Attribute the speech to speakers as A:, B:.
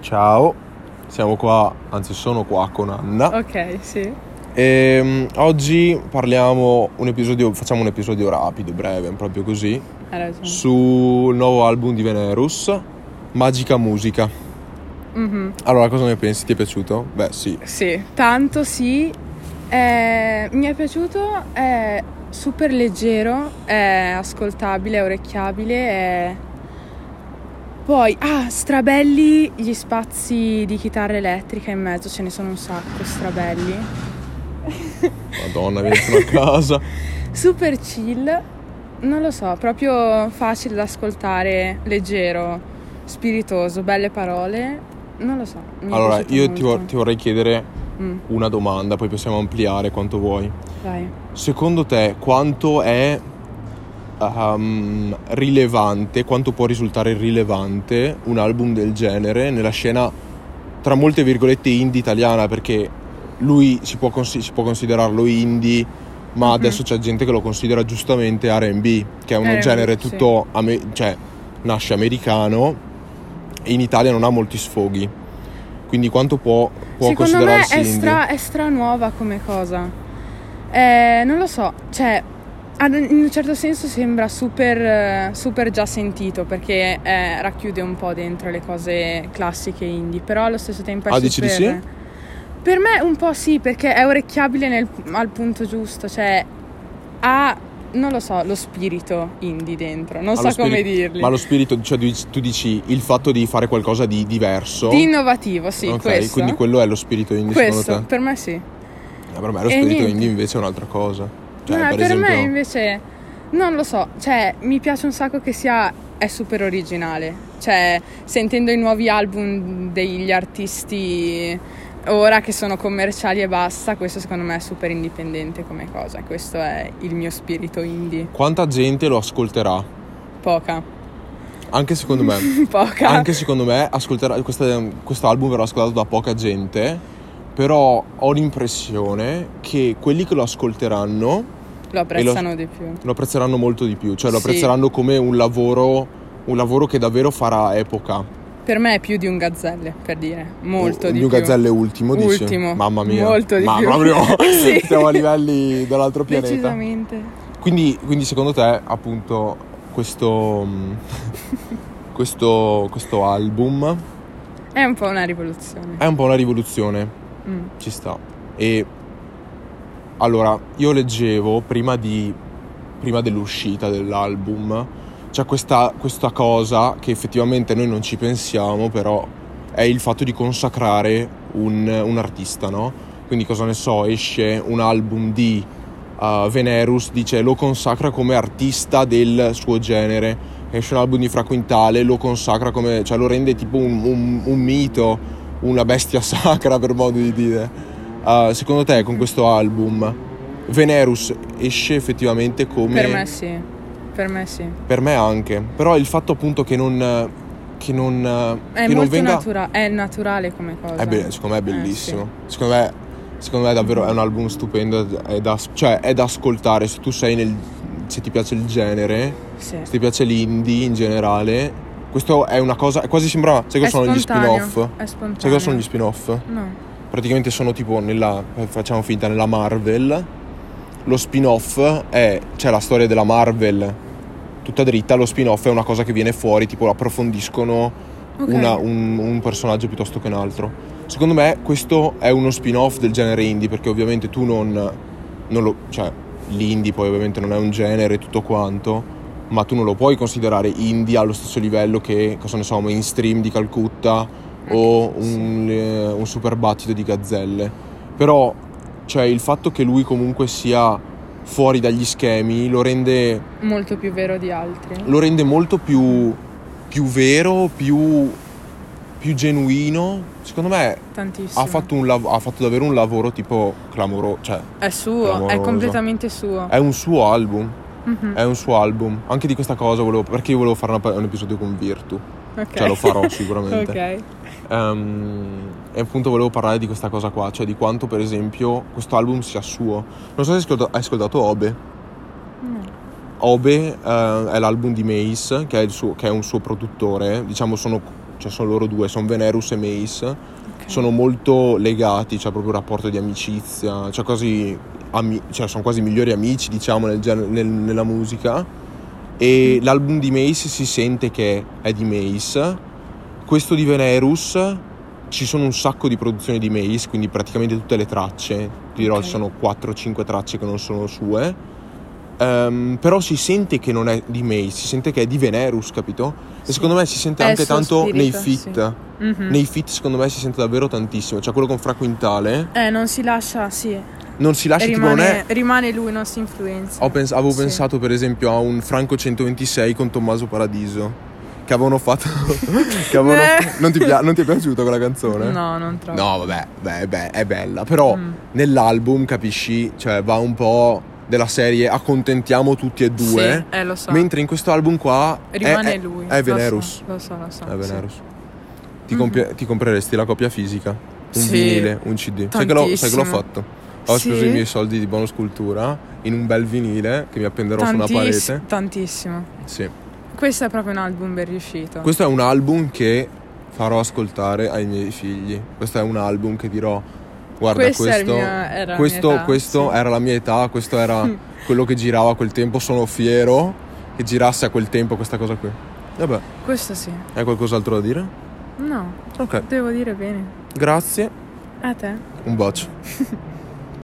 A: Ciao, siamo qua, anzi sono qua con Anna.
B: Ok, sì.
A: Ehm, oggi parliamo un episodio, facciamo un episodio rapido, breve, proprio così,
B: Hai ragione.
A: sul nuovo album di Venerus, Magica Musica.
B: Mhm.
A: Allora, cosa ne pensi? Ti è piaciuto? Beh, sì.
B: Sì, tanto sì. Eh, mi è piaciuto, è super leggero, è ascoltabile, è orecchiabile. è- Poi, ah, strabelli gli spazi di chitarra elettrica in mezzo, ce ne sono un sacco, strabelli.
A: Madonna, vieni sono a casa.
B: Super chill, non lo so, proprio facile da ascoltare, leggero, spiritoso, belle parole, non lo so. mi è
A: Allora,
B: piaciuto
A: io ti, vor-
B: molto.
A: ti vorrei chiedere
B: Mm,
A: una domanda, poi possiamo ampliare quanto vuoi.
B: vai.
A: Secondo te quanto è ehm, rilevante, quanto può risultare rilevante un album del genere nella scena, tra molte virgolette, indie italiana? Perché lui si può, consi- si può considerarlo indie, ma
B: Mhm.
A: adesso c'è gente che lo considera giustamente RB, che è uno
B: R&B,
A: genere
B: sì.
A: tutto, ame- cioè nasce americano e in Italia non ha molti sfoghi. Quindi quanto può, può
B: Secondo me
A: considerarsi
B: è
A: indie?
B: stra, è stranuova come cosa. Eh, non lo so, cioè, ad- in un certo senso sembra super, eh, super già sentito perché eh, racchiude un po' dentro le cose classiche indie, però allo stesso tempo è
A: Ah,
B: super...
A: dici di sì?
B: Per me un po' sì, perché è orecchiabile nel- al punto giusto, cioè ha, non lo so, lo spirito indie dentro,
A: Ma
B: non so
A: lo
B: come
A: spirito-
B: dirli.
A: Ma lo spirito, cioè tu dici- tu dici il fatto di fare qualcosa di diverso.
B: Di innovativo, sì,
A: ok,
B: questo.
A: quindi quello è lo spirito indie
B: questo,
A: secondo
B: per me sì.
A: te? Eh, per me lo
B: E
A: spirito
B: niente.
A: indie invece è un'altra cosa. Cioè,
B: No,
A: per,
B: Eh, per
A: esempio,
B: me invece non lo so, cioè mi piace un sacco che sia è super originale, cioè sentendo i nuovi album degli artisti ora che sono commerciali e basta, questo secondo me è super indipendente come cosa, questo è il mio spirito indie,
A: quanta gente lo ascolterà?
B: poca,
A: Anche secondo me.
B: poca.
A: anche secondo me ascolterà questa- questo album verrà ascoltato da poca gente. Però ho l'impressione che quelli che lo ascolteranno
B: Lo apprezzano di più.
A: lo apprezzeranno molto di più. Cioè, lo
B: Sì.
A: apprezzeranno come un lavoro. Un lavoro che davvero farà epoca.
B: Per me è più di un gazzelle, per dire, molto
A: Un
B: di
A: New
B: più.
A: Gazzelle ultimo, dici?
B: Ultimo.
A: Mamma mia.
B: Molto di
A: Ma
B: più.
A: proprio
B: Sì.
A: siamo a livelli dell'altro pianeta.
B: Decisamente.
A: Quindi, quindi secondo te, appunto, questo, mm, questo, questo album
B: È un po' una rivoluzione.
A: è un po' una rivoluzione,
B: Mm.
A: ci sta. E allora, io leggevo prima, di, prima dell'uscita dell'album, c'è questa, questa cosa che effettivamente noi non ci pensiamo, però è il fatto di consacrare un, un artista, no? Quindi cosa ne so, esce un album di uh, Venerus, dice lo consacra come artista del suo genere, esce un album di Fra Quintale, lo consacra come, cioè lo rende tipo un, un- un mito, una bestia sacra per modo di dire. Uh, secondo te con questo album Venerus esce effettivamente come...
B: Per me sì. Per me sì.
A: Per me anche, però il fatto appunto che non... Che non,
B: È
A: che non
B: molto
A: venga...
B: natura- è naturale come cosa.
A: È be- secondo me è
B: Eh,
A: bellissimo. Secondo me, secondo me è davvero è un album stupendo. È da, cioè, è da ascoltare se tu sei nel. se ti piace il genere,
B: Sì.
A: se ti piace l'indie in generale. Questo è una cosa. Quasi sembra. Sai
B: È
A: cosa sono gli
B: spontaneo,
A: spin-off?
B: È spontaneo.
A: Sai cosa sono gli spin-off?
B: No.
A: Praticamente sono tipo nella. facciamo finta nella Marvel. Lo spin-off è. c'è la storia della Marvel tutta dritta. Lo spin-off è una cosa che viene fuori, tipo approfondiscono
B: Ok.
A: una- un, un personaggio piuttosto che un altro. Secondo me questo è uno spin-off del genere indie perché ovviamente tu non, non lo... cioè l'indie poi ovviamente non è un genere e tutto quanto, ma tu non lo puoi considerare indie allo stesso livello che, cosa ne so, mainstream di Calcutta o
B: sì.
A: un, eh, un super battito di gazzelle. Però cioè, il fatto che lui comunque sia fuori dagli schemi lo rende
B: Molto più vero di altri.
A: lo rende molto più, più vero, più, più genuino. Secondo me
B: Tantissimo.
A: ha fatto, un lav- ha fatto davvero un lavoro tipo clamoroso. Cioè,
B: È suo,
A: Clamoroso. Eh,
B: è completamente suo.
A: è un suo album.
B: Mhm,
A: È un suo album. Anche di questa cosa volevo. Perché io volevo fare una pa- un episodio con Virtu.
B: ok.
A: Cioè, lo farò sicuramente.
B: ok.
A: Ehm, e appunto volevo parlare di questa cosa qua. Cioè, di quanto, per esempio, questo album sia suo. Non so se hai ascolta- hai ascoltato Obe.
B: No.
A: Obe eh, è l'album di Mace, che è, il suo- che è un suo produttore, diciamo sono cioè sono loro due, sono Venerus e Mace,
B: Ok.
A: sono molto legati, c'è proprio un rapporto di amicizia, cioè quasi ami- cioè, sono quasi migliori amici diciamo nel gen- nel- nella musica e
B: Mm.
A: l'album di Mace si sente che è di Mace, questo di Venerus ci sono un sacco di produzioni di Mace, quindi praticamente tutte le tracce, ti dirò
B: Ok.
A: ci sono 4-5 tracce che non sono sue, Ehm, però si sente che non è di Mace, si sente che è di Venerus, capito? E
B: Sì.
A: secondo me si sente
B: È il
A: anche
B: suo
A: tanto nei
B: spirito,
A: fit.
B: Mhm.
A: Nei fit secondo me si sente davvero tantissimo, cioè quello con Fra Quintale
B: Eh, non si lascia, sì.
A: non si lascia Ah, tipo non
B: Rimane,
A: è...
B: rimane lui, non si influenza.
A: Ho pens- avevo
B: Sì.
A: pensato per esempio a un Franco 126 con Tommaso Paradiso che avevano fatto... che avevano-
B: Eh.
A: non, ti pia- non ti è piaciuta quella canzone?
B: No, non troppo.
A: eh? No, vabbè, beh, beh, è bella, però
B: Mm.
A: nell'album capisci, cioè va un po' della serie accontentiamo tutti e due,
B: Sì, eh, lo so.
A: mentre in questo album qua è-
B: Rimane
A: è,
B: lui.
A: è
B: lo
A: Venerus.
B: so, Lo so, lo so.
A: È
B: Ah, sì.
A: Venerus. Ti,
B: Mhm.
A: compie- ti compreresti la copia fisica, un
B: Sì,
A: vinile, un CD. Sai che, l'ho, sai che l'ho
B: tantissimo.
A: fatto? Ho
B: Sì?
A: speso i miei soldi di bonus cultura in un bel vinile che mi appenderò su una
B: Tantiss-
A: parete.
B: Tantissimo.
A: Sì.
B: Questo è proprio un album ben riuscito.
A: Questo è un album che farò ascoltare ai miei figli. Questo è un album che dirò guarda
B: Questa è il
A: questo
B: mio- era la mia
A: questo,
B: età,
A: questo
B: sì.
A: era la mia età, questo era quello che girava a quel tempo, sono fiero che girasse a quel tempo questa cosa qui. Vabbè,
B: Questo sì.
A: hai qualcos'altro da dire?
B: No,
A: Ok,
B: devo dire bene.
A: grazie,
B: A te.
A: un bacio.